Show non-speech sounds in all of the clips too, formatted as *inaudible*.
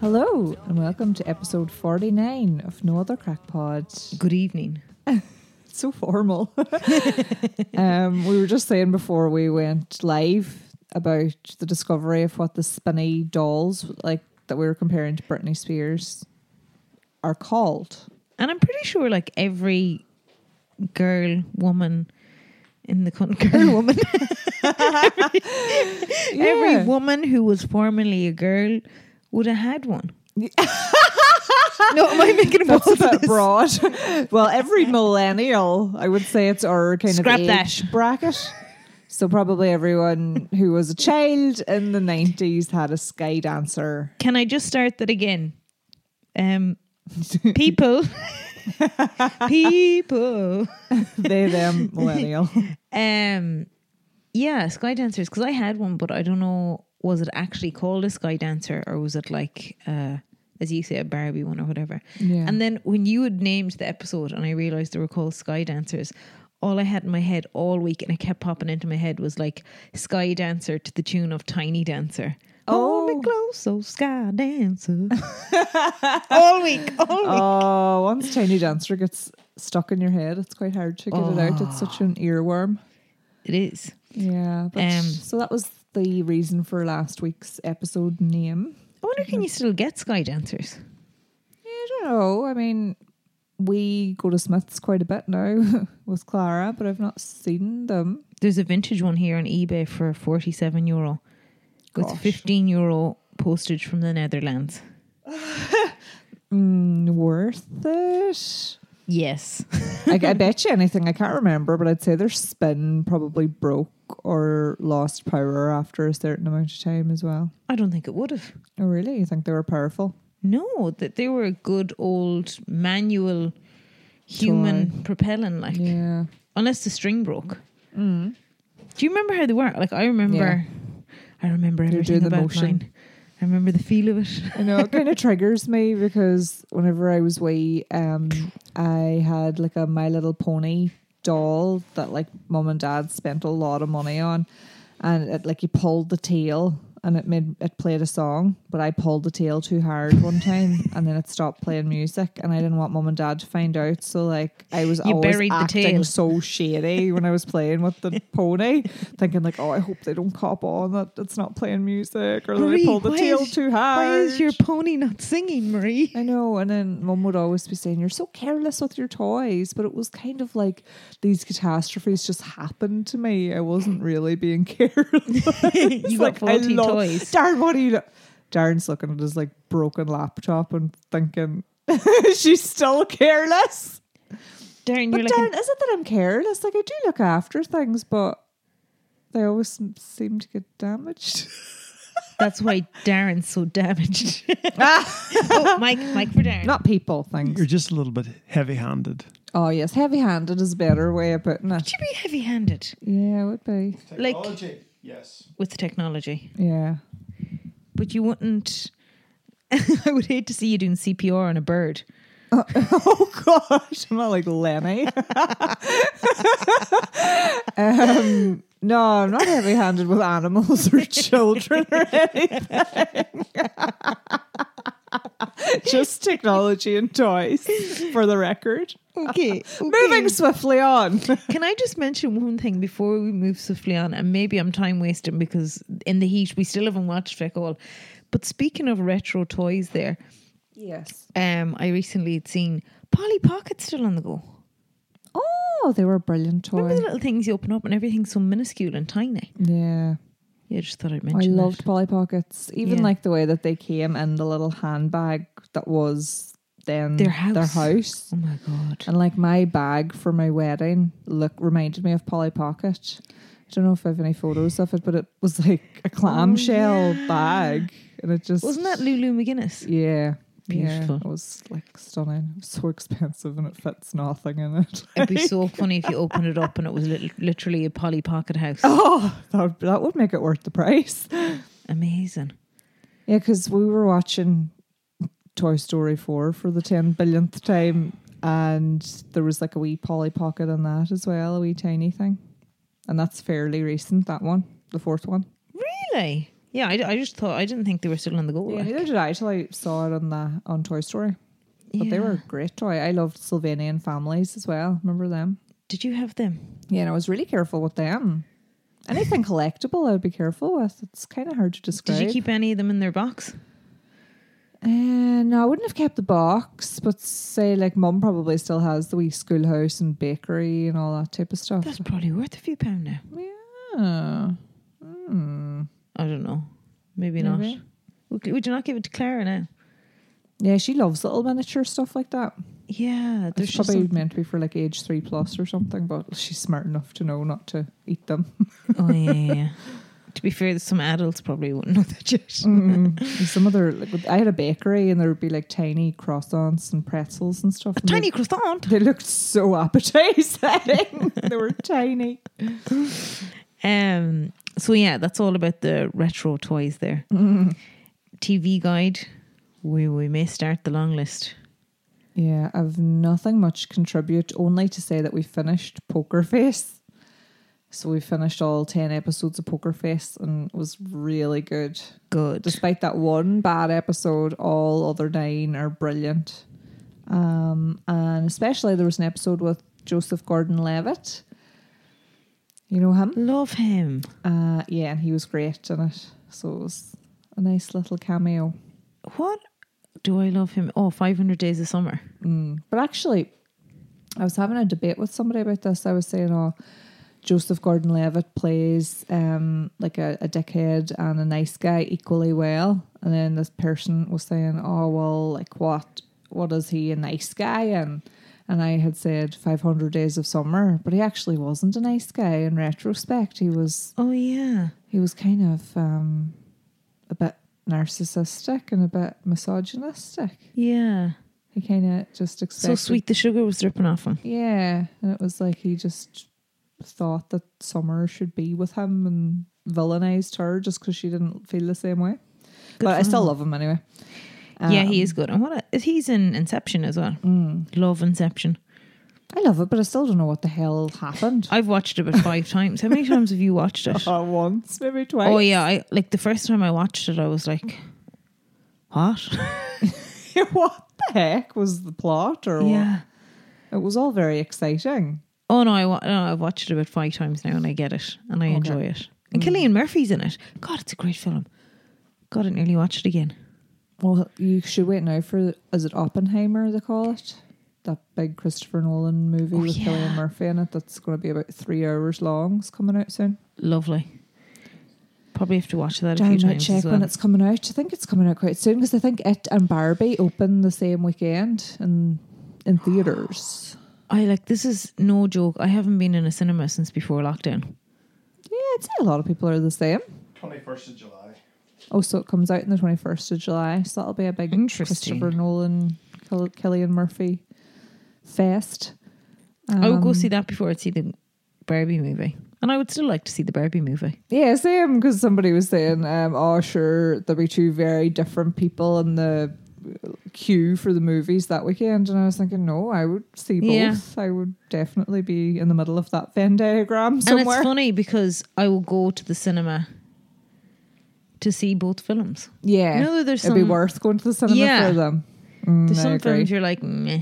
Hello, and welcome to episode 49 of No Other Crack Pod. Good evening. It's so formal. *laughs* um, we were just saying before we went live about the discovery of what the spinny dolls, like that we were comparing to Britney Spears, are called. And I'm pretty sure, like, every girl, woman in the country, *laughs* girl, woman, every woman who was formerly a girl would have had *laughs* one. no, am I making a That's bold a bit this? broad. *laughs* well, every millennial, I would say it's our kind Scrap of that. age bracket. So probably everyone who was a child in the nineties had a sky dancer. Can I just start that again? Um, *laughs* people, people. They them millennial. Um, yeah, sky dancers. Because I had one, but I don't know. Was it actually called a sky dancer, or was it like, uh, as you say, a Barbie one or whatever? Yeah. And then when you had named the episode, and I realized they were called sky dancers. All I had in my head all week, and it kept popping into my head, was like sky dancer to the tune of Tiny Dancer. Hold Oh. me close, oh sky *laughs* dancer. all week, all week. Oh, once Tiny Dancer gets stuck in your head, it's quite hard to get it out. It's such an earworm. It is. Yeah. But, Um, so that was the reason for last week's episode name. I wonder, can you still get sky dancers? I don't know. I mean, we go to Smith's quite a bit now *laughs* with Clara, but I've not seen them. There's a vintage one here on eBay for 47 euro. Gosh. With 15 euro postage from the Netherlands. Mm, worth it? Yes. I, I bet you anything. I can't remember, but I'd say their spin probably broke or lost power after a certain amount of time as well. I don't think it would have. Oh, really? You think they were powerful? No, that they were a good old manual human propelling, like, Yeah. unless the string broke. Do you remember how they were? Like, I remember, I remember They were doing everything the about motion. mine. I remember the feel of it. I know it kind of triggers me because whenever I was wee, um, I had like a My Little Pony doll that like mum and dad spent a lot of money on, and it like you pulled the tail and it made it played a song, but I pulled the tail too hard one time and then it stopped playing music, and I didn't want mum and dad to find out, so like I was You always buried the acting tail. so shady when I was playing with *laughs* the pony, thinking like, oh, I hope they don't cop on that it's not playing music or that I Marie, pulled the why tail is- too hard. Why is your pony not singing, Marie? I know, and then mum would always be saying, You're so careless with your toys. But it was kind of like these catastrophes just happened to me. I wasn't really being *laughs* careless. you got I 14 love- toys. Darren, what are you. do-" Darren's looking at his like broken laptop and thinking, *laughs* She's still careless. Darren, But you're like an Darren, is it that I'm careless? Like, I do look after things, but they always seem to get damaged. That's why Darren's *laughs* so damaged. Ah. oh, Mike, Mike for Darren. Not people, things. You're just a little bit heavy handed. Oh, yes. Heavy handed is a better way of putting it. Would you be heavy-handed Yeah, it would be. Like- yes. with the technology? *laughs* Yeah. But you wouldn't. *laughs* I would hate to see you doing CPR on a bird. Oh gosh, I'm not like Lenny. um, no, I'm not heavy-handed with animals *laughs* or children or anything. *laughs* Just technology and toys, for the record. *laughs* Okay. Moving swiftly on. Can I just mention one thing before we move swiftly on? And maybe I'm time wasting because in the heat we still haven't watched Vic all. But speaking of retro toys, there, Yes. um, I recently had seen Polly Pocket still on the go. Oh, they were a brilliant Remember toy. the little things you open up and everything's so minuscule and tiny. Yeah. Yeah, I just thought I'd I mention. that. loved Polly Pockets. Even Yeah. like the way that they came in the little handbag that was then Their house. Their house. Oh my god. And like my bag for my wedding look reminded me of Polly Pocket. I don't know if I have any photos of it, but it was like a clamshell bag, and it just Oh, Wasn't that Lulu McGuinness? yeah. Beautiful. Yeah, it was like stunning. It was so expensive and it fits nothing in it. It'd be so funny if you opened it up and it was lit- literally a Polly Pocket house. Oh, *laughs* that would, that would make it worth the price. Amazing. Yeah, because we were watching Toy Story 4 for the 10 billionth time, and there was like a wee Polly Pocket on that as well, a wee tiny thing. And that's fairly recent, that one, the fourth one. Really? Yeah, I, I just thought I didn't think they were still on the goal. Yeah, rack. neither did I till I saw it on the on Toy Story. But they Yeah. were a great toy. I loved Sylvanian families as well. Remember them? Did you have them? Yeah, and I was really careful with them. *sighs* Anything collectible, I would be careful with. It's kind of hard to Did describe. you keep any of them in their box? Uh, no, I wouldn't have kept the box, but say like mum probably still has the wee schoolhouse and bakery and all that type of stuff. That's probably worth a few pound now. yeah. Hmm. I don't know. Maybe, Maybe. not. Would, would you not give it to Clara now? Yeah, she loves little miniature stuff like that. Yeah, there's It's just probably meant to be for like age three plus or something, but she's smart enough to know not to eat *laughs* them. *laughs* some- oh yeah, yeah, yeah. *laughs* To be fair, some adults probably wouldn't know that yet. Mm. Some other, like, with- I had a bakery and there would be like tiny croissants and pretzels and stuff. A and they'd tiny croissant. They looked so appetizing. *laughs* they were *laughs* tiny. Um. So yeah, that's all about the retro toys there. TV guide. We we may start the long list. Yeah, I've nothing much to contribute, only to say that we finished Poker Face. So we finished all 10 episodes of Poker Face and it was really good. Good. Despite that one bad episode, all other nine are brilliant. Um, and especially there was an episode with Joseph Gordon Levitt. You know him? Love him. Uh, yeah, and he was great in it. So it was a nice little cameo. What do I love him? Oh, 500 Days of Summer. Mm. But actually, I was having a debate with somebody about this. I was saying, oh, Joseph Gordon Levitt plays um, like a, a dickhead and a nice guy equally well. And then this person was saying, oh, well, like what? What is he a nice guy? And and I had said 500 Days of Summer, but he actually wasn't a nice guy in retrospect. He was Oh yeah. he was kind of um, a bit narcissistic and a bit misogynistic. Yeah. He kind of just So expected sweet the sugar was dripping off him. yeah, and it was like he just thought that Summer should be with him and villainized her just because she didn't feel the same way. Good but for I still him. love him anyway. yeah, Um, he is good. And what a, he's in Inception as well. mm. Love Inception. I love it, but I still don't know what the hell *laughs* happened. I've watched it about five times. How many times have you *laughs* watched it? Uh, once, maybe twice. Oh yeah, I like the first time I watched it, I was like, "What?" *laughs* what the heck was the plot? Or what? *laughs* yeah. it was all very exciting. Oh no, I wa- no, I've watched it about five times now, and I get it, and I Okay. enjoy it. And Killian Murphy's in it. God, it's a great film. God, I nearly watched it again. Well, you should wait now for is it Oppenheimer they call it? That big Christopher Nolan movie Oh, with Cillian yeah. Murphy in it that's going to be about three hours long. It's coming out soon. Lovely. Probably have to watch that a few download times check as well. when it's coming out. I think it's coming out quite soon because I think it and Barbie open the same weekend in in theaters. I like this is no joke. I haven't been in a cinema since before lockdown. Yeah, I'd say a lot of people are the same. 21st of July. Oh, so it comes out on the twenty first of July. So that'll be a big Interesting. Christopher Nolan, Kill- Killian Murphy fest. I would go Um, see that before I'd see the Barbie movie, and I would still like to see the Barbie movie. Yeah, same. Because somebody was saying, um, "Oh, sure, there'll be two very different people in the queue for the movies that weekend," and I was thinking, "No, I would see both. Yeah. I would definitely be in the middle of that Venn diagram And somewhere." it's funny because I will go to the cinema to see both films. yeah, You know, there's it'd be some- worth going to the cinema Yeah. for them. Mm, There's I some agree. films you're like, meh.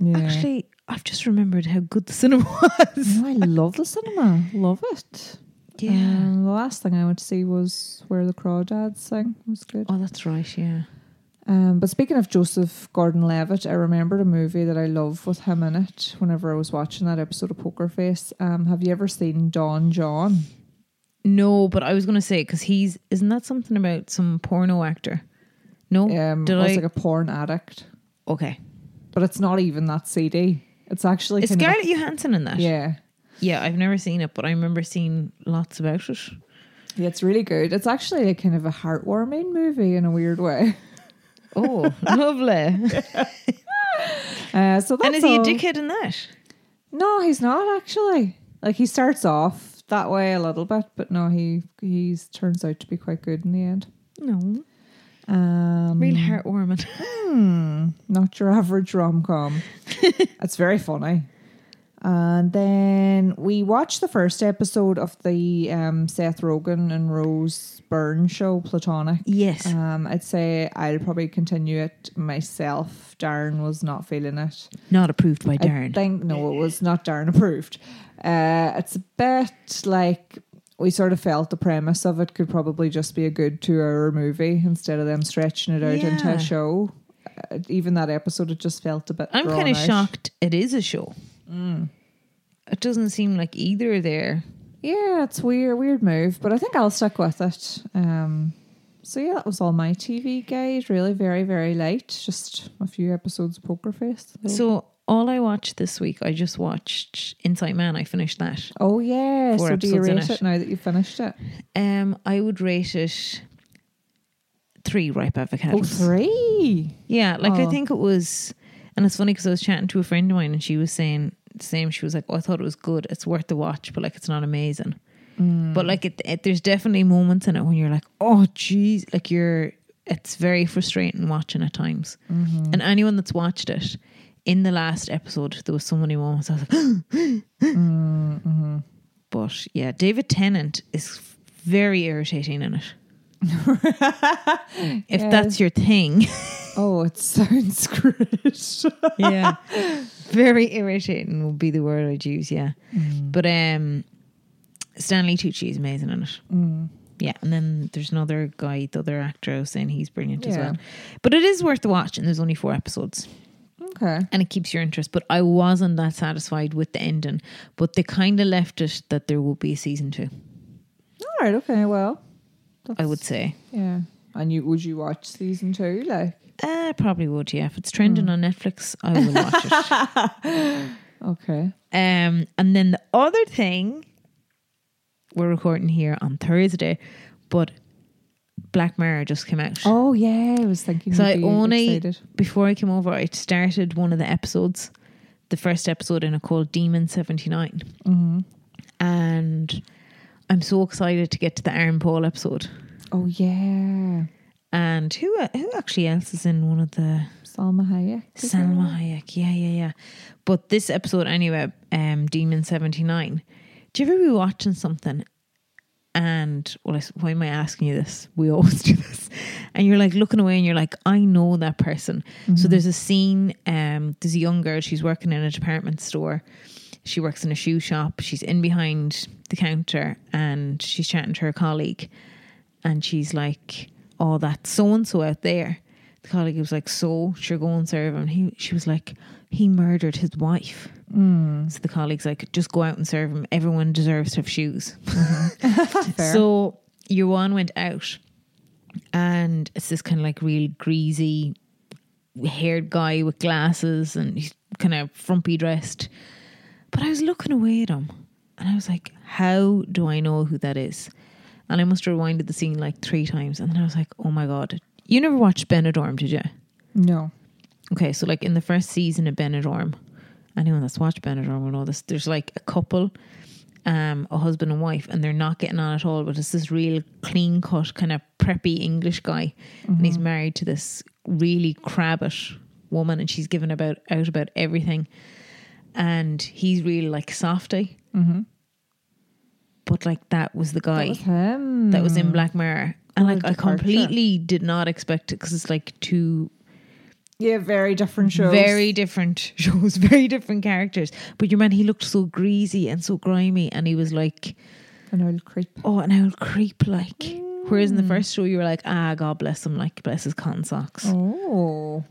Yeah. Actually, I've just remembered how good the cinema *laughs* was. No, I love the cinema. Love it. Yeah. Um, the last thing I went to see was where the crawdads sing. It was good. Oh, that's right. Yeah. Um, but speaking of Joseph Gordon-Levitt, I remembered a movie that I love with him in it. Whenever I was watching that episode of Poker Face, um, have you ever seen Don John? No, but I was going to say because he's isn't that something about some porno actor? No. Um, Did it was I- like a porn addict, Okay. but it's not even that CD. It's actually Is kind of a- Scarlett Johansson in that? yeah, Yeah, I've never seen it, but I remember seeing lots about it. yeah, it's really good. It's actually a kind of a heartwarming movie in a weird way. *laughs* *laughs* Oh, lovely. Uh, so that's and is he a all. dickhead in that? No, he's not actually. Like he starts off that way a little bit, but no, he he's turns out to be quite good in the end. No. Um, Real heartwarming. Hmm, not your average rom com. it's very funny. And then we watched the first episode of the um, Seth Rogen and Rose Byrne show, Platonic. Yes. Um, I'd say I'll probably continue it myself. Darren was not feeling it. Not approved by I Darren. think no, it *laughs* was not Darren approved. Uh, it's a bit like we sort of felt the premise of it could probably just be a good two-hour movie instead of them stretching it out into Yeah. a show. Uh, even that episode, it just felt a bit. I'm drawn kind of out. shocked it is a show. Mm. It doesn't seem like either of their Yeah, it's weird, weird move, but I think I'll stick with it. Um, so yeah, that was all my TV guide. Really, very, very late. Just a few episodes of Poker Face. So all I watched this week, I just watched Inside Man. I finished that. oh yeah. Four So do you episodes in rate it. it. now that you've finished it? Um, I would rate it three ripe Oh, avocados. *laughs* three. Yeah, like I Oh. think it was, and it's funny because I was chatting to a friend of mine, and she was saying the same. She was like, "Oh, I thought it was good. It's worth the watch, but like it's not amazing." Mm. But like, it, it, there's definitely moments in it when you're like, "Oh, geez," like you're. It's very frustrating watching at times, Mm-hmm. and anyone that's watched it. In the last episode, there was so many moments I was like, Hmm. but yeah, David Tennant is very irritating in it. if Yeah. that's your thing, *laughs* *laughs* Oh, it sounds great. *laughs* yeah. Very irritating would be the word I'd use, yeah. Mm. But um Stanley Tucci is amazing in it. Mm, Yeah, and then there's another guy, the other actor I was saying he's brilliant as Yeah. well. But it is worth the watch and there's only four episodes okay. and it keeps your interest. But I wasn't that satisfied with the ending. But they kinda left it that there will be a season two, All right. Okay. Well, I would say. yeah. And you would you watch season two? Like, Uh, I probably would, yeah. If it's trending Hmm. on Netflix, I will watch *laughs* it. okay. Um, and then the other thing, we're recording here on Thursday, but Black Mirror just came out. Oh yeah, I was thinking. so I you'd be only excited. before I came over, I started one of the episodes, the first episode in it called Demon Seventy Mm-hmm. and I'm so excited to get to the Aaron Paul episode. Oh yeah, And who who actually else is in one of the Salma Hayek. is in Salma Hayek, yeah, yeah, yeah. But this episode, anyway, um, Demon Seventy Nine. Do you ever be watching something, and well, I s- why am I asking you this? We always *laughs* do this, and you're like looking away, and you're like, I know that person. So there's a scene. Um, there's a young girl. She's working in a department store. She works in a shoe shop. She's in behind the counter, and she's chatting to her colleague, and she's like, "Oh, that's so and so out there." The colleague was like, "So, sure, go and serve him." And he, she was like, "He murdered his wife." So the colleague's like, "Just go out and serve him. Everyone deserves to have shoes." Fair. so Yuan went out, and it's this kind of like real greasy, haired guy with glasses, and he's kind of frumpy dressed. But I was looking away at him, and I was like, "How do I know who that is?" And I must have rewinded the scene like three times, and then I was like, "Oh my god, you never watched Benidorm, did you?" No. Okay, so like in the first season of Benidorm, anyone that's watched Benidorm will know this. There's like a couple, um, a husband and wife, and they're not getting on at all. But it's this real clean cut kind of preppy English guy, and Mm-hmm. he's married to this really crabbish woman, and she's given about out about everything, and he's really like softy. Mm-hmm. But like that was the guy That was him. that was in Black Mirror. And What a like I departure. completely did not expect it because it's like two yeah, very different shows. very different *laughs* shows, very different characters. But your man, he looked so greasy and so grimy, and he was like, an old creep. "Oh, an old creep!" Like, whereas in the first show, you were like, "Ah, God bless him, like bless his cotton socks." Oh,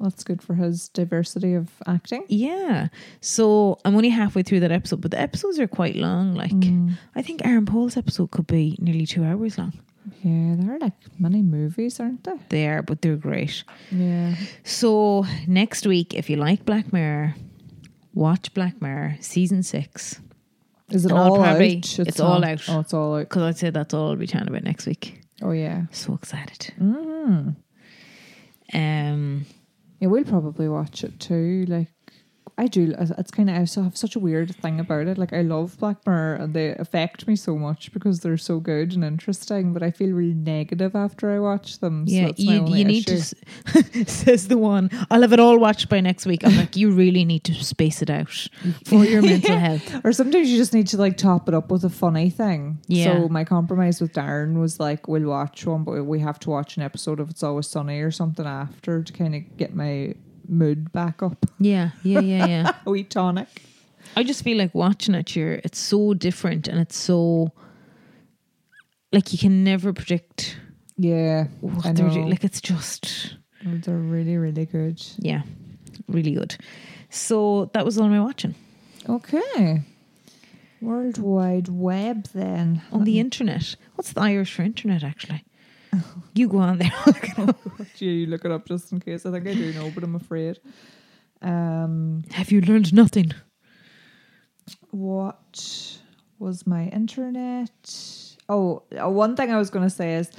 that's good for his diversity of acting. Yeah. So I'm only halfway through that episode, but the episodes are quite long. Like, Mm. I think Aaron Paul's episode could be nearly two hours long. Yeah, there are like many movies, aren't there? They are, but they're great. Yeah. So next week, if you like Black Mirror, watch Black Mirror season six. Is it And I'll all out? probably- it's all not- out. Oh, it's Oh, all out. Because I'd say that's all I'll be chatting about next week. Oh yeah. So excited. Mm. Um, Yeah, we'll probably watch it too. Like I do. It's kind of I also have such a weird thing about it. Like I love Black Mirror, and they affect me so much because they're so good and interesting. But I feel really negative after I watch them. so Yeah, that's my you, only you need issue. to, s- *laughs* says the one, I'll have it all watched by next week. I'm like, you really need to space it out for your *laughs* mental health. Or sometimes you just need to like top it up with a funny thing. Yeah. So my compromise with Darren was like, we'll watch one, but we have to watch an episode of It's Always Sunny or something after to kind of get my mood back up. *laughs* Yeah, yeah, yeah, yeah. A wee tonic. *laughs* I just feel like watching it, you're, it's so different and it's so, like, you can never predict Yeah. what I they're know. doing. Like, it's just, They're really, really good. yeah, really good. So that was all my watching Okay. World Wide Web then. Um, on the internet. What's the Irish for internet, *laughs* actually? You go on there. *laughs* *laughs* Do you look it up just in case? I think I do know, but I'm afraid. Um, Have you learned nothing? what was my internet? Oh, uh, one thing I was going to say is,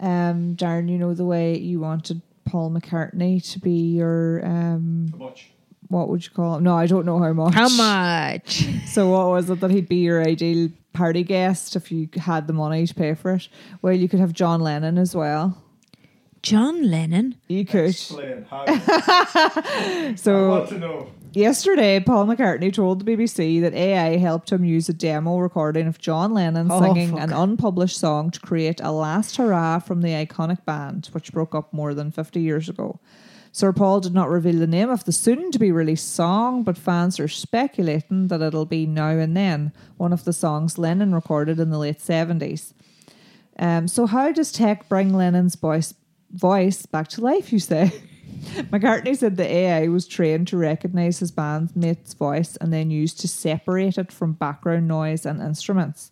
um, Darren, you know the way you wanted Paul McCartney to be your um, Much. what would you call? Him? No, I don't know how much. How much? So what was it that he'd be your ideal party guest if you had the money to pay for it? Well, you could have John Lennon as well. John Lennon. You could. Explain. How? *laughs* I So want to know. Yesterday, Paul McCartney told the BBC that AI helped him use a demo recording of John Lennon Oh, singing fuck. an unpublished song to create a last hurrah from the iconic band, which broke up more than 50 years ago. Sir Paul did not reveal the name of the soon to be released song, but fans are speculating that it'll be Now and Then, one of the songs Lennon recorded in the late 70s. Um, so, how does tech bring Lennon's voice, voice back to life, you say? *laughs* McCartney said the AI was trained to recognize his bandmate's voice and then used to separate it from background noise and instruments.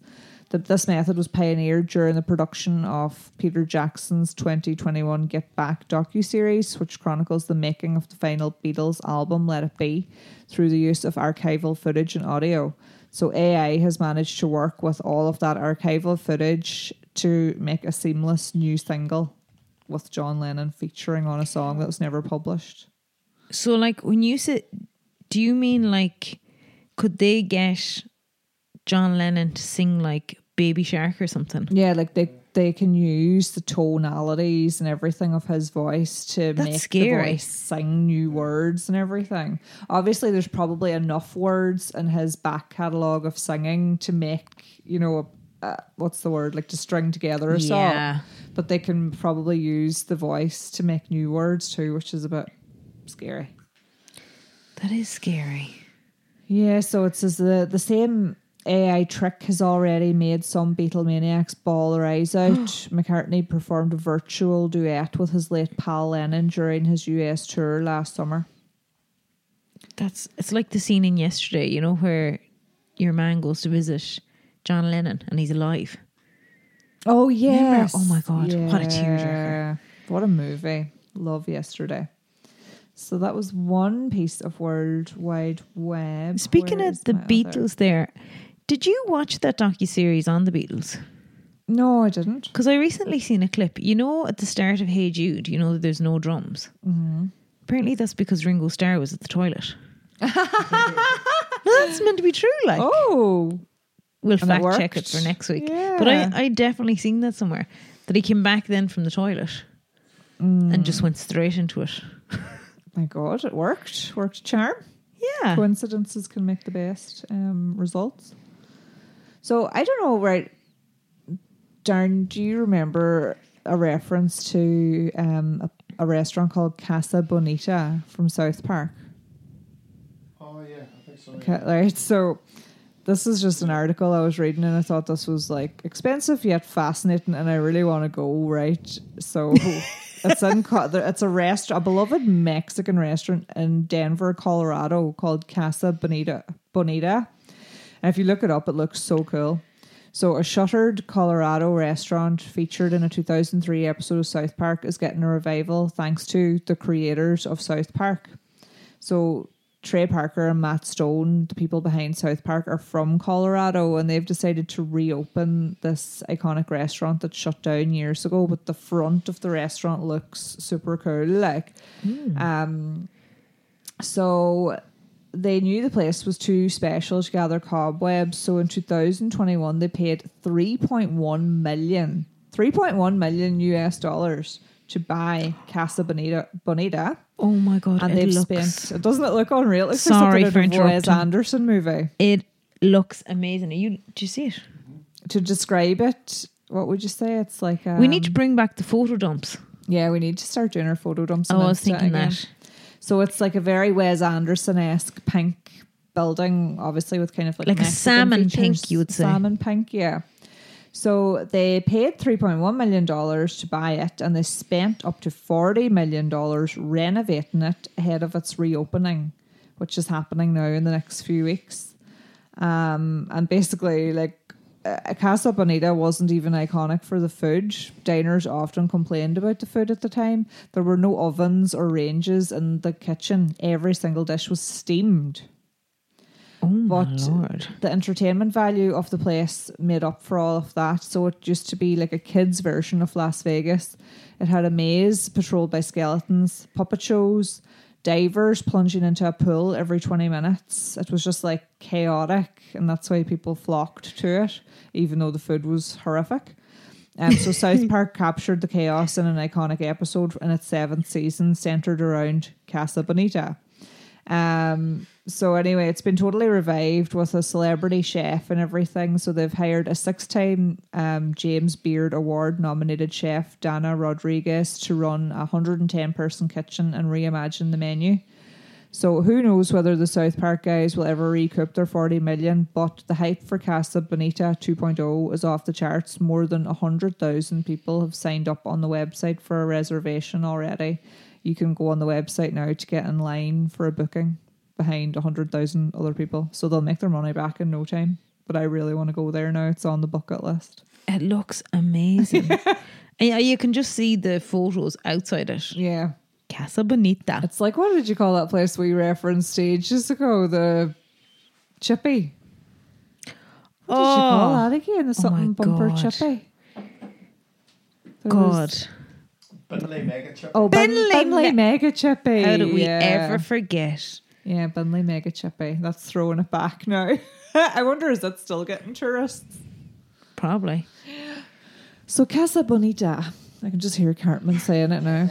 Th- This method was pioneered during the production of Peter Jackson's 2021 Get Back docuseries, which chronicles the making of the final Beatles album Let It Be through the use of archival footage and audio. So AI has managed to work with all of that archival footage to make a seamless new single with John Lennon featuring on a song that was never published. So, like, when you say, do you mean like, could they get John Lennon to sing like Baby Shark or something? Yeah, like they they can use the tonalities and everything of his voice to That's make scary. the voice sing new words and everything. Obviously, there's probably enough words in his back catalogue of singing to make you know a, a, what's the word like to string together a Yeah. song. But they can probably use the voice to make new words too, which is a bit scary. That is scary. Yeah, so it says the the same AI trick has already made some Beatlemaniacs ball their eyes out. *gasps* McCartney performed a virtual duet with his late pal Lennon during his US tour last summer. That's it's like the scene in yesterday, you know, where your man goes to visit John Lennon and he's alive. Oh yeah! Oh, my God, what a tearjerker. What a movie! Love yesterday. So that was one piece of World Wide Web. Speaking Where of is the my other- Beatles, there, did you watch that docu series on the Beatles? no, I didn't. Because I recently seen a clip. You know, at the start of Hey Jude, you know that there's no drums. Mm-hmm. Apparently, that's because Ringo Starr was at *laughs* the toilet. no, that's meant to be true. Like, Oh, we'll and it fact check it worked. for next week. But Yeah. I, I definitely seen that somewhere that he came back then from the toilet and Mm. just went straight into it. my God, it worked. Worked a charm. Yeah, coincidences can make the best um, results. So I don't know, right? Darren, do you remember a reference to um, a, a restaurant called Casa Bonita from South Park? Oh yeah, I think so. yeah. Okay, right. So this is just an article I was reading, and I thought this was like expensive yet fascinating, and I really want to go. Right. So it's in Co- there- it's a rest a beloved Mexican restaurant in Denver, Colorado, called Casa Bonita. Bonita. And if you look it up, it looks so cool. So, a shuttered Colorado restaurant featured in a 2003 episode of South Park is getting a revival thanks to the creators of South Park. So Trey Parker and Matt Stone, the people behind South Park, are from Colorado and they've decided to reopen this iconic restaurant that shut down years ago, but the front of the restaurant looks super cool. Like um so they knew the place was too special to gather cobwebs. So in 2021, they paid 3.1 million, 3.1 million US dollars to buy Casa Bonita. Bonita Oh my god! and it they've looks, spent. Doesn't it look unreal? It looks Sorry like for something out of a Wes interrupting. Anderson movie. It looks amazing. Are you do you see it? To describe it, what would you say? It's like um, we need to bring back the photo dumps. Yeah, we need to start doing our photo dumps. Oh, on I was Insta thinking again. that. So it's like a very Wes Anderson esque pink building, obviously with kind of like Like a Mexican salmon features. pink, you would say. salmon pink, yeah. So they paid three point one million dollars to buy it, and they spent up to forty million dollars renovating it ahead of its reopening, which is happening now in the next few weeks. Um, and basically, like. uh, Casa Bonita wasn't even iconic for the food. Diners often complained about the food at the time. There were no ovens or ranges in the kitchen. Every single dish was steamed. Oh my But- lord! The entertainment value of the place made up for all of that. So it used to be like a kids' version of Las Vegas. It had a maze patrolled by skeletons, puppet shows, divers plunging into a pool every 20 minutes. It was just like chaotic, and that's why people flocked to it, even though the food was horrific. Um, so South Park captured the chaos in an iconic episode in its seventh season, centered around Casa Bonita. Um, so anyway, it's been totally revived with a celebrity chef and everything. So they've hired a six-time um, James Beard Award-nominated chef Dana Rodriguez to run a 110-person kitchen and reimagine the menu. So who knows whether the South Park guys will ever recoup their 40 million, but the hype for Casa Bonita 2.0 is off the charts. More than 100,000 people have signed up on the website for a reservation already. You can go on the website now to get in line for a booking behind 100,000 other people. So they'll make their money back in no time. But I really want to go there now. It's on the bucket list. It looks *laughs* amazing. And yeah, you can just see the photos outside it. Yeah. Casa Bonita. It's like, what did you call that place we referenced ages ago? The Chippy. What did you call that again? The Oh my something bumper God. chippy. There God! was- Bentley Mega Chip. Oh, Bin- Binley Binley, Me- Mega Chippy. How did we yeah. ever forget? Yeah, Binley Mega Chippy. That's throwing it back now. *laughs* I wonder, is that still getting tourists? Probably. So, Casa Bonita. I can just hear Cartman saying it now.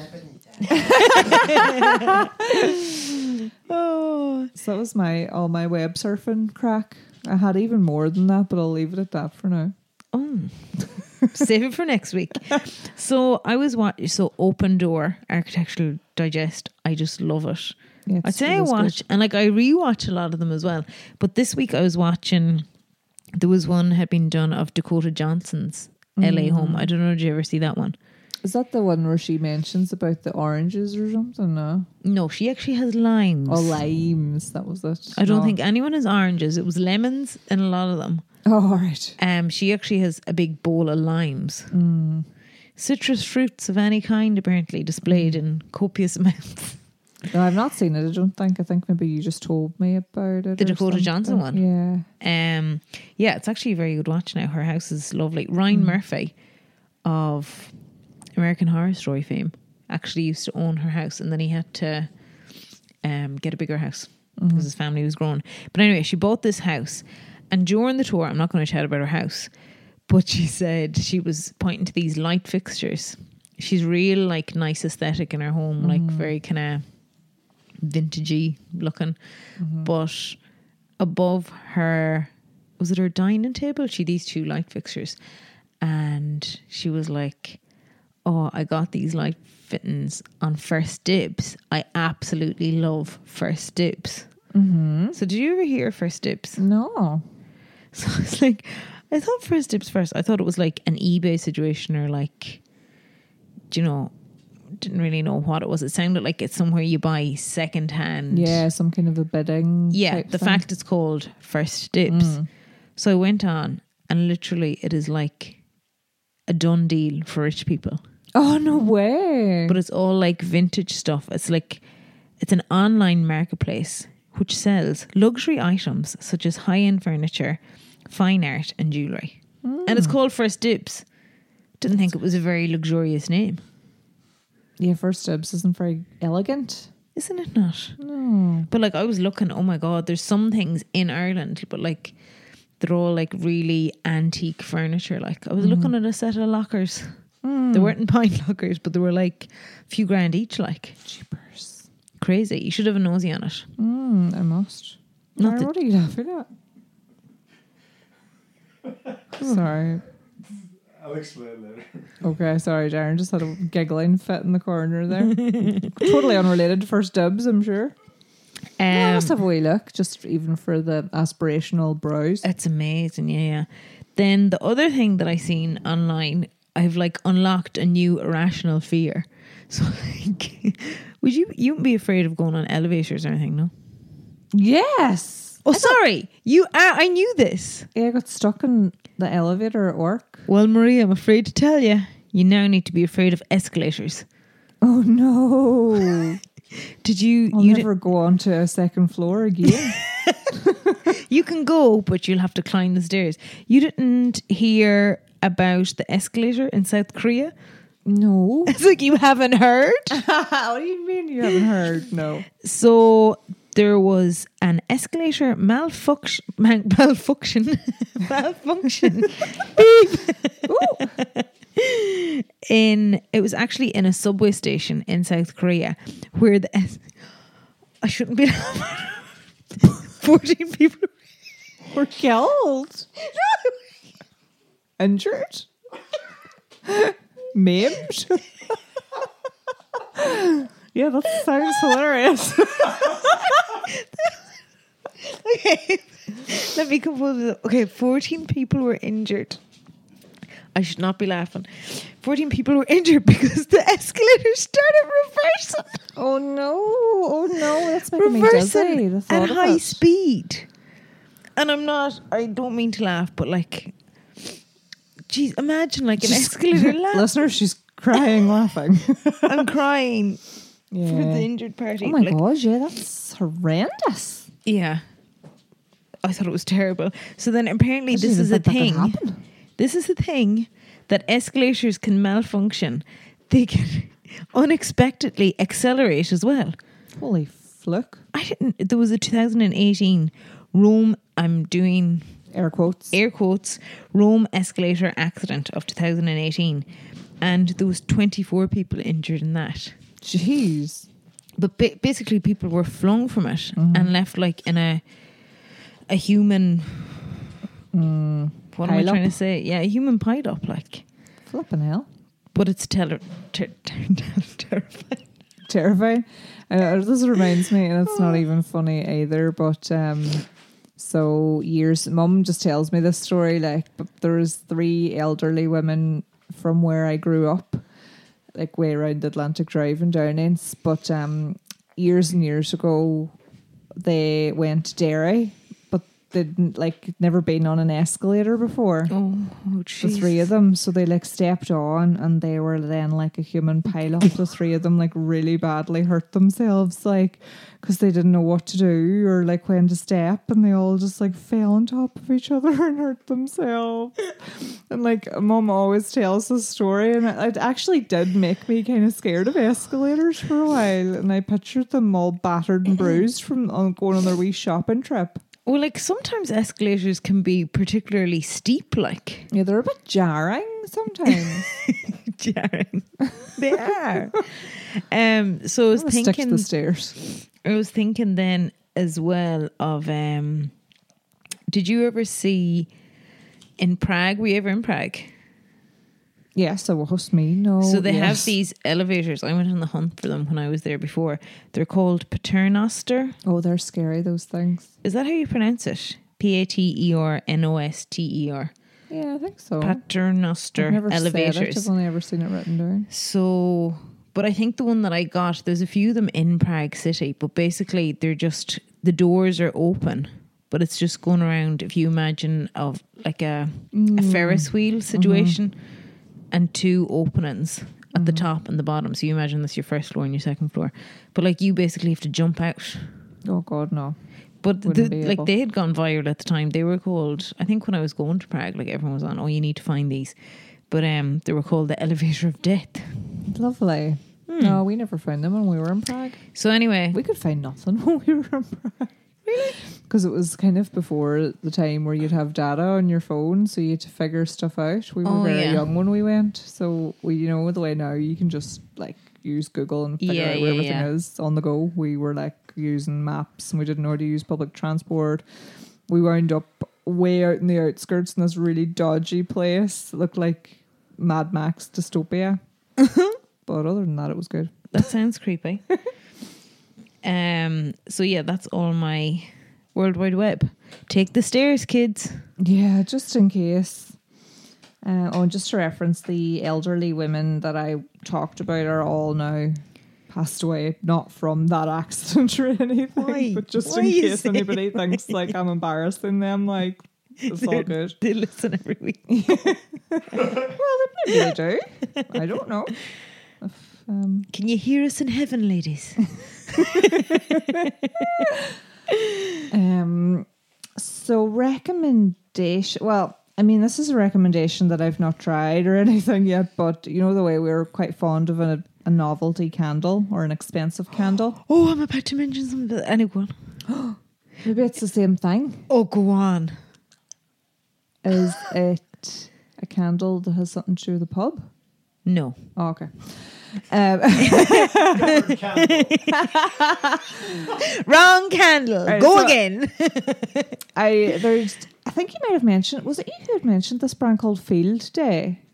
Oh, *laughs* So, that was my all my web surfing crack. I had even more than that, but I'll leave it at that for now. oh. *laughs* Save it for *laughs* next week. So I was watching. So Open Door Architectural Digest. I just love it. Yeah, I'd it's- say I it was good. watch, and like I rewatch a lot of them as well. But this week I was watching. There was one had been done of Dakota Johnson's Mm. LA Home. I don't know. Did you ever see that one? Is that the one where she mentions about the oranges or something? No. No, she actually has limes. Or limes. That was it. I don't Oh, No. think anyone has oranges. It was lemons and a lot of them. Oh, all right. Um, she actually has a big bowl of limes. Citrus fruits of any kind apparently displayed in copious *laughs* amounts. No, I've not seen it. I don't think. I think maybe you just told me about it. or The Dakota Johnson something. Um, yeah, it's actually a very good watch now. Her house is lovely. Ryan Murphy of American Horror Story fame actually used to own her house, and then he had to um, get a bigger house because his family was growing. But anyway, she bought this house, and during the tour, I'm not going to chat about her house, but she said she was pointing to these light fixtures. She's real like nice aesthetic in her home, like very kind of vintagey looking. But above her, was it her dining table? She had these two light fixtures, and she was like, "Oh, I got these light fittings on first dibs. I absolutely love first dibs." Mm-hmm. So, did you ever hear first dibs? *laughs* Yeah. No. So I was like, I thought first dibs first. I thought it was like an eBay situation or like, do you know? Didn't really know what it was. It sounded like it's somewhere you buy second hand. Yeah, some kind of a bidding. Yeah, type the thing. Mm. fact it's called First Dibs. So I went on, and literally, it is like a done deal for rich people. Oh no way! But it's all like vintage stuff. It's like it's an online marketplace which sells luxury items such as high end furniture, fine art, and jewelry. And it's called First Dibs. Didn't think it was a very luxurious name. yeah, first dibs isn't very elegant. Isn't it not? No. But like I was looking, oh my god, there's some things in Ireland, but like they're all like really antique furniture. Like I was looking at a set of lockers. They weren't *laughs* in pine lockers, but they were like a few grand each, like Jeepers. crazy. You should have a nosy on it. Mm, I must. Not Why, that- what are you laughing at? *laughs* Sorry. I'll explain later. Okay, sorry, Darren. Just had a giggling fit in the corner *laughs* there. totally unrelated to first dibs, I'm sure. Yeah, Um, let's have a wee look, just even for the aspirational brows. It's amazing, yeah, yeah. Then the other thing that I seen online, I've like unlocked a new irrational fear. *laughs* So like *laughs* would you you wouldn't be afraid of going on elevators or anything, no? Yes. Oh sorry. You are I knew this. Yeah, I got stuck in the elevator at work. Well, Marie, I'm afraid to tell you. You now need to be afraid of escalators. Oh no! Did you I'll you, never go on to a second floor again. di- you can go, but you'll have to climb the stairs. You didn't hear about the escalator in South Korea? *laughs* no. *laughs* It's like you haven't heard. *laughs* what do you mean you haven't heard? No. So there was an escalator malfunction, mal- *laughs* malfunction, malfunction Beep. in it was actually in a subway station in South Korea where the es- I shouldn't be *laughs* fourteen people. We're killed. Injured. Maimed. yeah, that sounds hilarious. Okay, *laughs* let me compose it. Okay, fourteen people were injured. I should not be laughing. Fourteen people were injured *laughs* because the escalator started *laughs* reversing. *laughs* oh no! Oh no! That's making me reversing dizzy. at high speed. speed. And I'm not. I don't mean to laugh, but like, geez, imagine like *laughs* an escalator. laugh. Listener, she's crying, *laughs* laughing. *laughs* I'm crying Yeah. for the injured party. oh my like, gosh! Yeah, that's horrendous. Yeah, I thought it was terrible. So then apparently I this didn't is a think that could thing. happen. This is the thing that escalators can malfunction. They can *laughs* unexpectedly accelerate as well. Holy fluke! I didn't. There was a 2018 Rome. I'm doing Air quotes. air quotes Rome escalator accident of 2018 and there was 24 people injured in that Jeez. but ba- basically people were flung from it Mm-hmm. and left like in a a human Mm, what am I Pile trying up. to say yeah a human pile up like Flipping hell. but it's ter- ter- *laughs* ter- terrifying terrifying. Uh, this reminds me, and it's not even funny either. But um, so years, mum just tells me this story. Like, but there was three elderly women from where I grew up, like way around the Atlantic Drive in Downends. But um, years and years ago, they went to Derry, but they didn't like never been on an escalator before oh, oh the three of them. So they like stepped on and they were then like a human pile up. the three of them like really badly hurt themselves, like because they didn't know what to do or like when to step. And they all just like fell on top of each other *laughs* and hurt themselves. and like mom always tells this story. And it, it actually did make me kind of scared of escalators for a while. And I pictured them all battered and bruised from on, going on their wee shopping trip. well like sometimes escalators can be particularly *laughs* steep like Yeah, they're a bit jarring *laughs* sometimes. Jaren. *laughs* they are um so I was I'm gonna stick to thinking the stairs. I was thinking then as well of um did you ever see in Prague? Were you ever in Prague? Yes, I will host me. No. so they have Oh, yes. these elevators. I went on the hunt for them when I was there before. They're called Paternoster. Oh, they're scary, those things. Is that how you pronounce it? P A T E R N O S T E R. Yeah, I think so. Paternoster Oh. I've never Said it. elevators. I've only ever seen it written down. So, but I think the one that I got, there's a few of them in Prague City, but basically they're just the doors are open, but it's just going around. If you imagine of like a a Mm. Ferris Mm-hmm. wheel situation, and two openings at the top and the bottom. So you imagine that's your first floor and your second floor, but like you basically have to jump out. Oh God, no. But the, Wouldn't be like able. they had gone viral at the time. They were called. I think when I was going to Prague, like everyone was on. Oh, you need to find these. But um, they were called the elevator of death. Lovely. No, we never found them when we were in Prague. So anyway, We could find nothing *laughs* when we were in Prague. Really? Because it was kind of before the time where you'd have data on your phone, so you had to figure stuff out. We were Oh, very yeah. young when we went, so we, you know, the way now you can just like use Google and figure Yeah, out yeah, where everything yeah. is on the go. We were like using maps, and we didn't know how to use public transport. We wound up way out in the outskirts in this really dodgy place. It looked like Mad Max *laughs* dystopia. but other than that, it was good. That sounds creepy. *laughs* um. So yeah, that's all my World Wide Web. Take the stairs, kids. *laughs* Yeah, just in case. Uh, oh, and just to reference, the elderly women that I talked about are all now passed away, not from that accident *laughs* or anything, Why? but just Why in you case say anybody thinks like I'm embarrassing them, like it's *laughs* all good. They listen every week. Maybe they do. I don't know. If, um, Can you hear us in heaven, ladies? um, so recommendation. Well, I mean, this is a recommendation that I've not tried or *laughs* anything yet, but you know the way we were quite fond of a, a novelty candle or an expensive candle. *laughs* *gasps* oh, I'm about to mention something. Anyone? Maybe it's the same thing. Oh, go on. Is it a candle that has something to do with the pub? No. Oh, okay. Um, *laughs* Wrong candle. Right, go so- again. I there's I think you might have mentioned was it you who had mentioned this brand called Field Day? *laughs*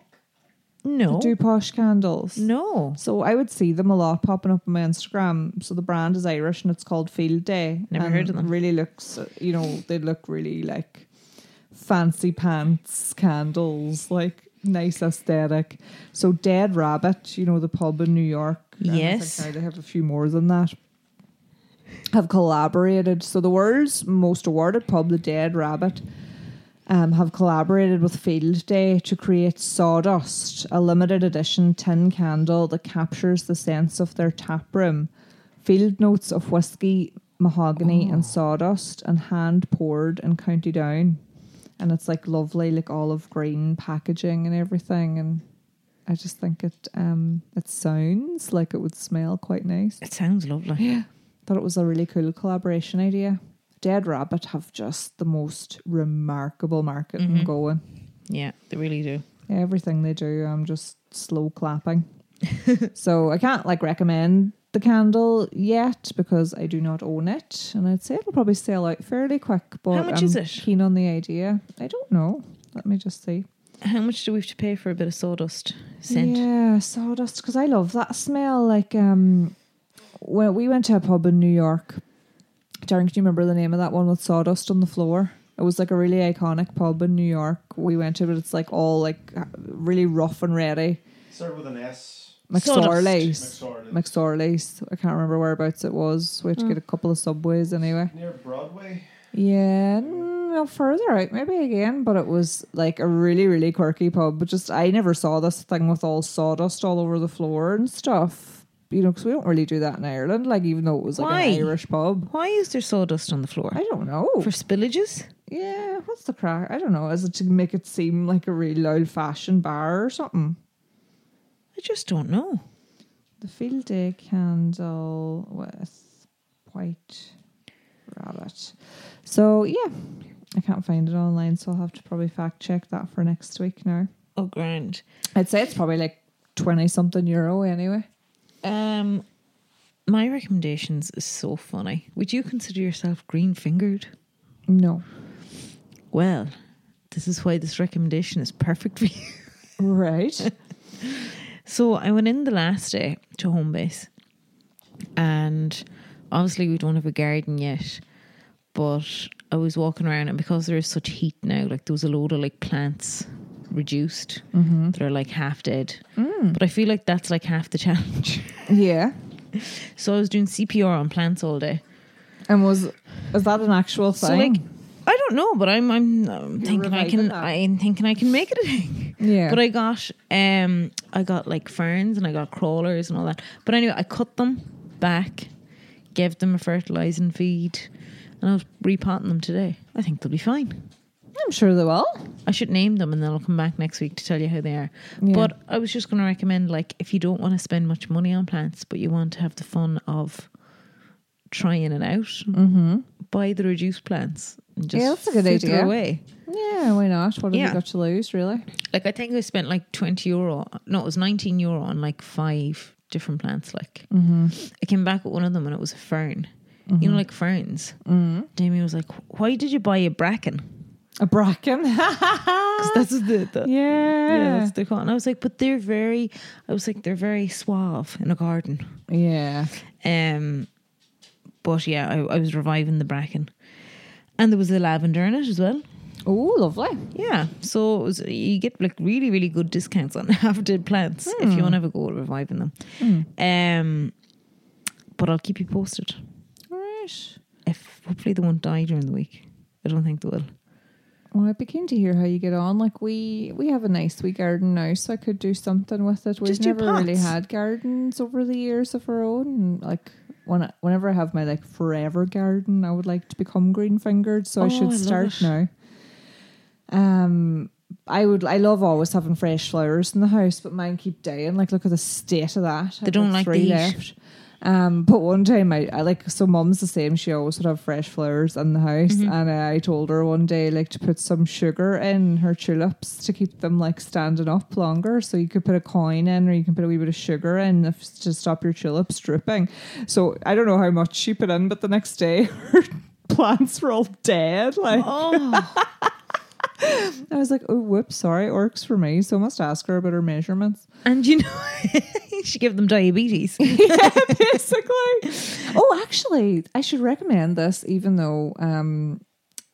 No. Do posh candles. No. So I would see them a lot popping up on my Instagram. So the brand is Irish and it's called Field Day. Never And heard of them. Really looks, you know, they look really like fancy pants candles, like nice aesthetic. So Dead Rabbit, you know, the pub in New York. and I think Yes. now they have a few more than that. Have collaborated. So the world's most awarded pub, the Dead Rabbit, um, have collaborated with Field Day to create Sawdust, a limited edition tin candle that captures the sense of their tap room. Field notes of whiskey, mahogany, and sawdust, and hand poured in County Down. And it's like lovely, like olive green packaging and everything. And I just think it um, it sounds like it would smell quite nice. It sounds lovely. Yeah. Thought it was a really cool collaboration idea. Dead Rabbit have just the most remarkable marketing Mm-hmm. going. Yeah, they really do. Everything they do, I'm just slow *laughs* clapping. so I can't like recommend the candle yet because I do not own it, and I'd say it'll probably sell out fairly quick. But much I'm is it? Keen on the idea. I don't know. Let me just see. How much do we have to pay for a bit of sawdust scent? Yeah, sawdust because I love that smell. Like um, when we went to a pub in New York, Darren, can you remember the name of that one with sawdust on the floor? It was like a really iconic pub in New York. We went to, but it's like all like uh, really rough and ready. Start with an S. McSorley's, McSorley. McSorley's. I can't remember whereabouts it was. We had to get a couple of subways anyway. Near Broadway. Yeah, mm, well, further out maybe again, but it was like a really, really quirky pub. But just I never saw this thing with all sawdust all over the floor and stuff. You know, because we don't really do that in Ireland. Like even though it was like Why? an Irish pub, Why is there sawdust on the floor? I don't know. For spillages? yeah, what's the crack? I don't know. Is it to make it seem like a real old-fashioned bar or something? I just don't know. The field day candle with white rabbit. So yeah, I can't find it online, so I'll have to probably fact check that for next week now. Oh, grand. I'd say it's probably like twenty something euro anyway. Um, my recommendations is so funny. Would you consider yourself green fingered? No, Well, this is why this recommendation is perfect for you. *laughs* *laughs* right? So I went in the last day to home base, and obviously we don't have a garden yet, but I was walking around, and because there is such heat now, like there was a load of like plants reduced that are like half dead. But I feel like that's like half the *laughs* challenge. yeah. so I was doing CPR on plants all day. And was is that an actual So like, thing? I don't know, but I'm I'm, I'm thinking I reviving can that. I'm thinking I can make it a thing. yeah. But I got um I got like ferns and I got crawlers and all that. But anyway, I cut them back, gave them a fertilizing feed, and I was repotting them today. I think they'll be fine. I I'm sure they will. I should name them and then I'll come back next week to tell you how they are. Yeah. But I was just going to recommend, like, if you don't want to spend much money on plants, but you want to have the fun of trying it out, buy the reduced plants and Mm-hmm. just Yeah, that's a good fritter idea. away. Yeah, why not? What have Yeah. you got to lose, really? Like, I think I spent like 20 euro. No, it was 19 euro on like five different plants. Like, I came back with one of them and it was a fern. You know, like ferns. Mm-hmm. Jamie was like, why did you buy a bracken? A *laughs* bracken. Because *laughs* that's what the, the, Yeah, yeah. that's what they're called. And I was like, but they're very, I was like, they're very suave in a garden. Yeah. Um, but yeah, I, I was reviving the bracken, and there was the lavender in it as well. Oh, lovely. Yeah, so it was, you get like really, really good discounts on *laughs* half dead plants if you want to have a go at reviving them. Hmm. Um, but I'll keep you posted. Right. If hopefully they won't die during the week, I don't think they will. Well, I'd be keen to hear how you get on. Like we we have a nice wee garden now, so I could do something with it. We've Just do never really pots. had gardens over the years of our own. And like when I, whenever I have my like forever garden, I would like to become green fingered, so Oh, I I should love start it. now. Um I would I love always having fresh flowers in the house, but mine keep dying. Like look at the state of that. They don't like the three heat. left. Um, but one time I, I like so mum's the same. She always would have fresh flowers in the house, and uh, I told her one day like to put some sugar in her tulips to keep them like standing up longer. So you could put a coin in, or you can put a wee bit of sugar in if, to stop your tulips dripping. So I don't know how much she put in, but the next day *laughs* her plants were all dead. Like Oh, I was like, oh whoops, sorry, it works for me. So I must ask her about her measurements. *laughs* *laughs* and you know, *laughs* she gave them diabetes. basically. Oh, actually, I should recommend this, even though um,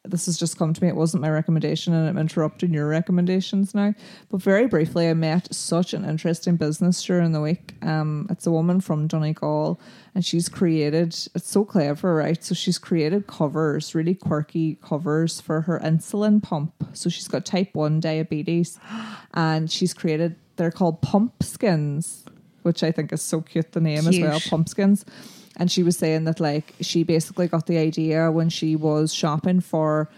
this has just come to me. It wasn't my recommendation, and I'm interrupting your recommendations now. But very briefly, I met such an interesting business during the week. Um, it's a woman from Donegal, and she's created. It's so clever, right? So she's created covers, really quirky covers for her insulin pump. So she's got type one diabetes, *gasps* and she's created. They're called pump skins. Which I think is so cute, the name as well, Cute. pumpskins. And she was saying that like she basically got the idea when she was shopping for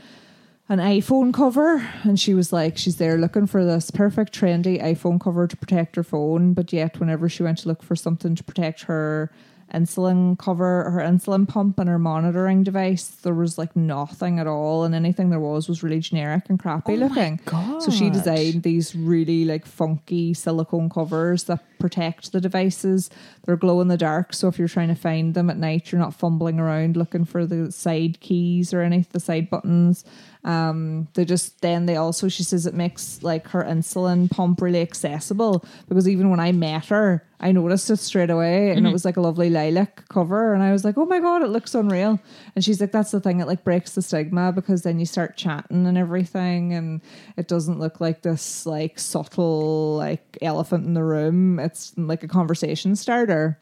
an iPhone cover and she was like she's there looking for this perfect trendy iPhone cover to protect her phone, but yet whenever she went to look for something to protect her insulin cover, her insulin pump and her monitoring device, there was like nothing at all and anything there was was really generic and crappy Oh my looking. So she God. designed these really like funky silicone covers that protect the devices. They're glow in the dark, so if you're trying to find them at night, you're not fumbling around looking for the side keys or any of the side buttons. Um, they just then they also she says it makes like her insulin pump really accessible because even when I met her, I noticed it straight away and it was like a lovely lilac cover and I was like, Oh my god, it looks unreal. And she's like, That's the thing, it like breaks the stigma because then you start chatting and everything and it doesn't look like this like subtle like elephant in the room. It's like a conversation starter.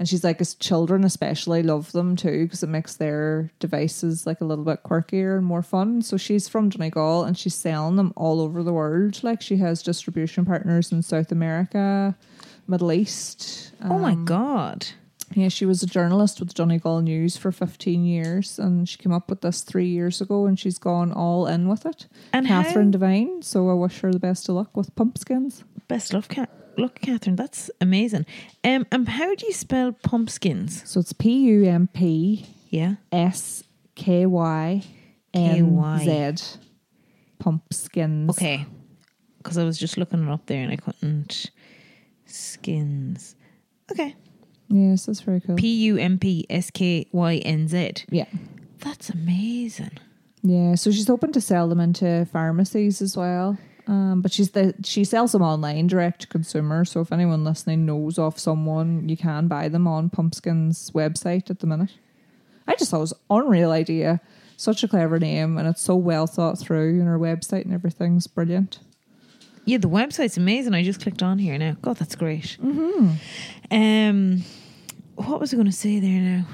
And she's like, as children especially love them too because it makes their devices like a little bit quirkier and more fun. So she's from Donegal and she's selling them all over the world. Like she has distribution partners in South America, Middle East. oh my Um, god. Yeah, she was a journalist with Donegal News for 15 years and she came up with this three years ago and she's gone all in with it. And Catherine how- Devine. So I wish her the best of luck with pumpskins. Best love, Cat. Look, Catherine, that's amazing. Um, and how do you spell pumpskins? So it's P U M P Yeah, S K Y N Z. Pumpskins. okay. Because I was just looking it up there and I couldn't. Skins. Okay. Yes, that's very cool. P U M P S K Y N Z. yeah. That's amazing. Yeah. So she's hoping to sell them into pharmacies as well. Um, but she's the she sells them online direct to consumer. So if anyone listening knows of someone, you can buy them on Pumpkin's website at the minute. I just thought it was an unreal idea. Such a clever name, and it's so well thought through, and her website and everything's brilliant. Yeah, the website's amazing. I just clicked on here now. God, that's great. Mm-hmm. Um, what was I going to say there now?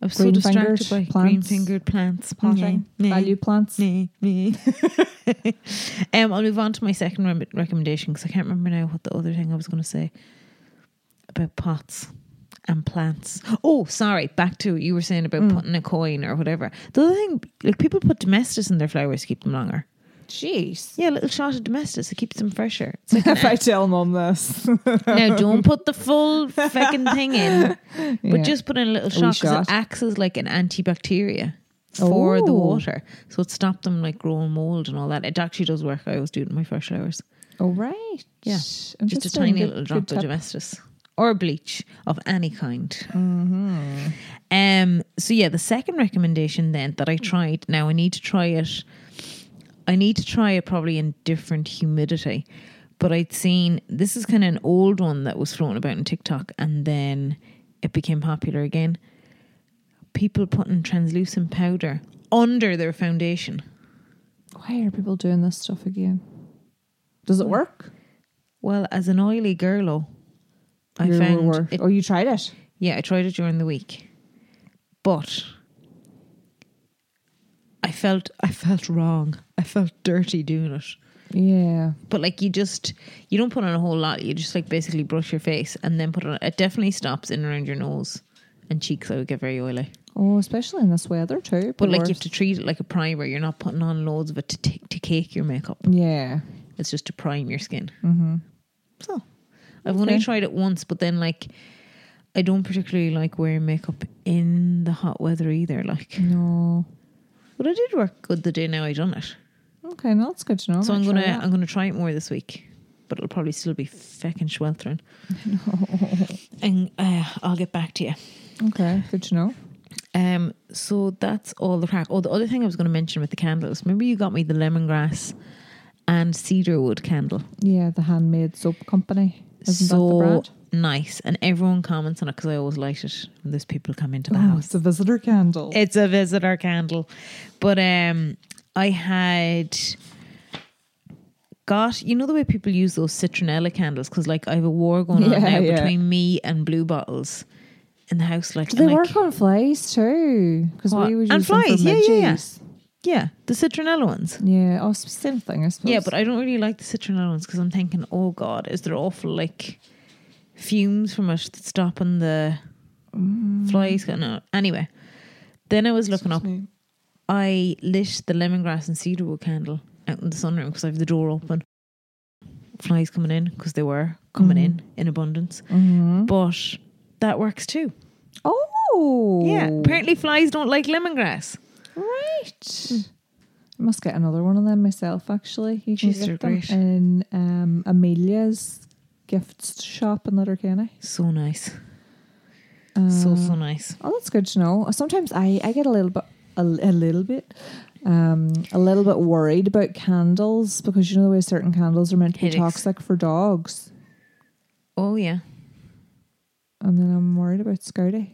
I was so Green-fingered distracted by plants. green fingered plants. Potting, Yeah. Yeah. value plants. Nah, nah. *laughs* um, I'll move on to my second rem- recommendation because I can't remember now what the other thing I was going to say about pots. and plants. Oh, sorry. Back to you were saying about putting a coin or whatever. The other thing, like people put domestos in their flowers to keep them longer. Jeez. Yeah, a little shot of domestos. It keeps them *laughs* fresher. It's *laughs* like, if I tell mum this, now don't put the full fucking thing in, but Yeah. just put in a little shot because shot. it acts as like an antibacteria for the Oh. water. So it stopped them like growing mold and all that. It actually does work. I always do it in my fresh flowers. all Oh, right, Yeah. Just a tiny little drop of domestos or bleach of any kind. Um. So yeah, the second recommendation then that I tried. Now I need to try it. I need to try it probably in different humidity. But I'd seen this is kind of an old one that was floating about on TikTok, and then it became popular again. People putting translucent powder under their foundation. Why are people doing this stuff again? Does it work? Well, as an oily girlo, I Your found work- it Oh, you tried it. Yeah, I tried it during the week, but I felt I felt wrong. I felt dirty doing it. Yeah. But like you just you don't put on a whole lot. You just like basically brush your face and then put it on. It definitely stops in around your nose and cheeks. I would get very oily. Oh, especially in this weather too. But be like you worse. have to treat it like a primer. You're not putting on loads of it to take to cake your makeup. Yeah. It's just to prime your skin. Mm-hmm. So I've only Okay. tried it once, but then like I don't particularly like wearing makeup in the hot weather either. Like, No. but I did work good the day now I done it. Okay, no, that's good to know. so I'm might gonna Oh, try that. I'm gonna try it more this week, but it'll probably still be *laughs* feckin' sweltering. And uh, I'll get back to you. Okay, good to know. Um, so that's all the crack. Oh, the other thing I was going to mention with the candles. Remember, you got me the lemongrass and cedarwood candle. Yeah, the handmade soap company. Isn't so that the brand? nice, and everyone comments on it because I always light it when there's people come into the Oh, house. it's a visitor candle. It's a visitor candle, but um, I had got you know the way people use those citronella candles because like I have a war going Yeah, on now yeah. between me and blue bottles in the house. Like, Do they and, like work on flies too? Because What? we would use And them flies, for yeah, yeah, yeah. midges. yeah, the citronella ones. Yeah, oh, s- same thing, I suppose. Yeah, but I don't really like the citronella ones because I'm thinking, oh god, is there awful like fumes from it that's stopping the Mm, flies going out? Anyway, then I was looking up. Excuse me. I lit the lemongrass and cedarwood candle out in the sunroom because I have the door open. Flies coming in because they were coming in Mm. in abundance, Mm-hmm. but that works too. Oh, Yeah, apparently flies don't like lemongrass. right. I must get another one of them myself. Actually, you can Jeez, they're get them great. in um, Amelia's gift shop in Letterkenny. So nice, so so nice. Oh, that's good to know. Sometimes I, I get a little bit a, a little bit um a little bit worried about candles because you know the way certain candles are meant to be Headaches. toxic for dogs, Oh yeah, and then I'm worried about Scouty.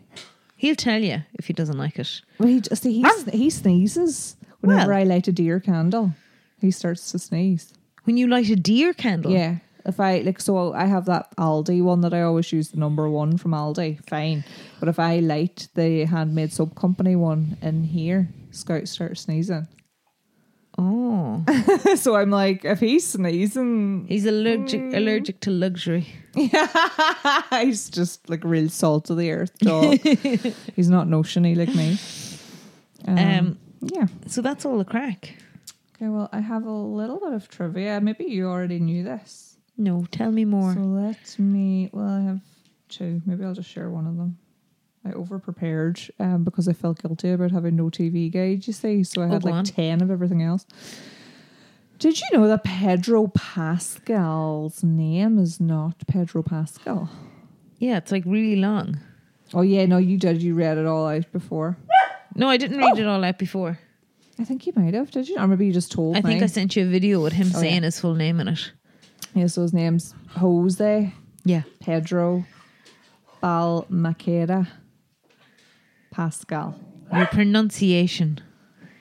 he'll tell you if he doesn't like it. Well, he just see he sn- he sneezes whenever Ah! Well. I light a deer candle. He starts to sneeze. When you light a deer candle, Yeah. If I like, so I have that Aldi one that I always use, the number one from Aldi, fine. But if I light the handmade soap company one in here, Scout starts sneezing. *laughs* Oh, so I'm like, if he's sneezing, *laughs* he's allergic Mm. allergic to luxury. he's just like real salt of the earth *laughs* dog. he's not notiony like me. Um, Um, yeah. so that's all the crack. Okay. Well, I have a little bit of trivia. Maybe you already knew this. No, tell me more. So let me. Well, I have two. Maybe I'll just share one of them. I over prepared um, because I felt guilty about having no TV guide, you see. So I Oh, had go like on. 10 of everything else. Did you know that Pedro Pascal's name is not Pedro Pascal? yeah, it's like really long. Oh, yeah, no, you did. You read it all out before. No, I didn't Oh. read it all out before. I think you might have, did you? Or maybe you just told I me. think I sent you a video with him Oh, saying yeah. his full name in it. yeah, so his name's Jose Yeah. Pedro Balmaqueda Pascal. Your pronunciation.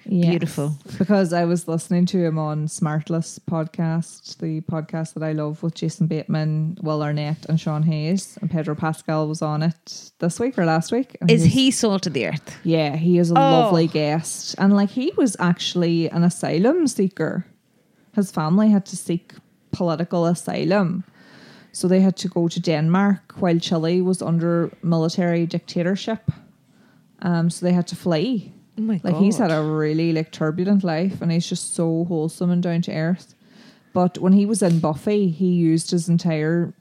Yes. Beautiful. Because I was listening to him on Smartless podcast, the podcast that I love with Jason Bateman, Will Arnett, and Sean Hayes, and Pedro Pascal was on it this week or last week. and Is was- he salt of the earth? Yeah, he is a Oh. lovely guest, and like he was actually an asylum seeker. His family had to seek political asylum, So they had to go to Denmark while Chile was under military dictatorship. Um, so they had to flee. Oh my Like god. he's had a really like turbulent life, and he's just so wholesome and down to earth. But when he was in Buffy, he used his entire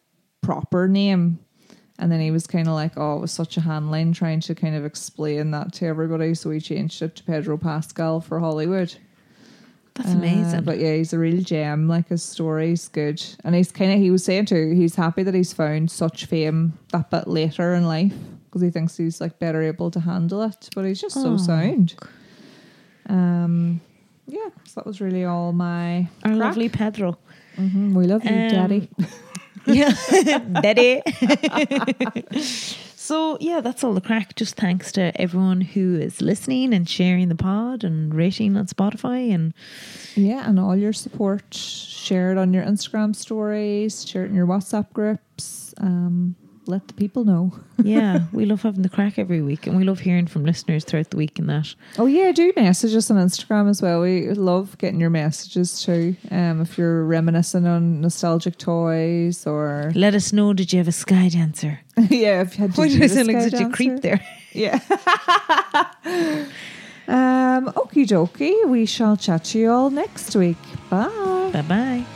proper name, and then he was kind of like, "Oh, it was such a handline trying to kind of explain that to everybody." So he changed it to Pedro Pascal for Hollywood. That's Uh, amazing. but yeah, he's a real gem. Like his story's good, and he's kind of he was saying too, he's happy that he's found such fame that bit later in life because he thinks he's like better able to handle it. But he's just Oh. so sound. Um, yeah, so that was really all my Our crack. lovely Pedro. Mhm, we love you, Um, Daddy. *laughs* Yeah, Betty. *laughs* so yeah, that's all the crack. Just thanks to everyone who is listening and sharing the pod and rating on Spotify and Yeah, and all your support. Share it on your Instagram stories. Share it in your WhatsApp groups. Um, let the people know. yeah, *laughs* we love having the crack every week and we love hearing from listeners throughout the week and that. Oh yeah, do message us on Instagram as well. We love getting your messages too. Um, if you're reminiscing on nostalgic toys or *laughs* Let us know. Did you have a sky dancer? yeah, if you had to Why do did I the sound like sky such a dancer. creep there? Yeah. *laughs* um, okie dokie. We shall chat to you all next week. Bye. Bye bye.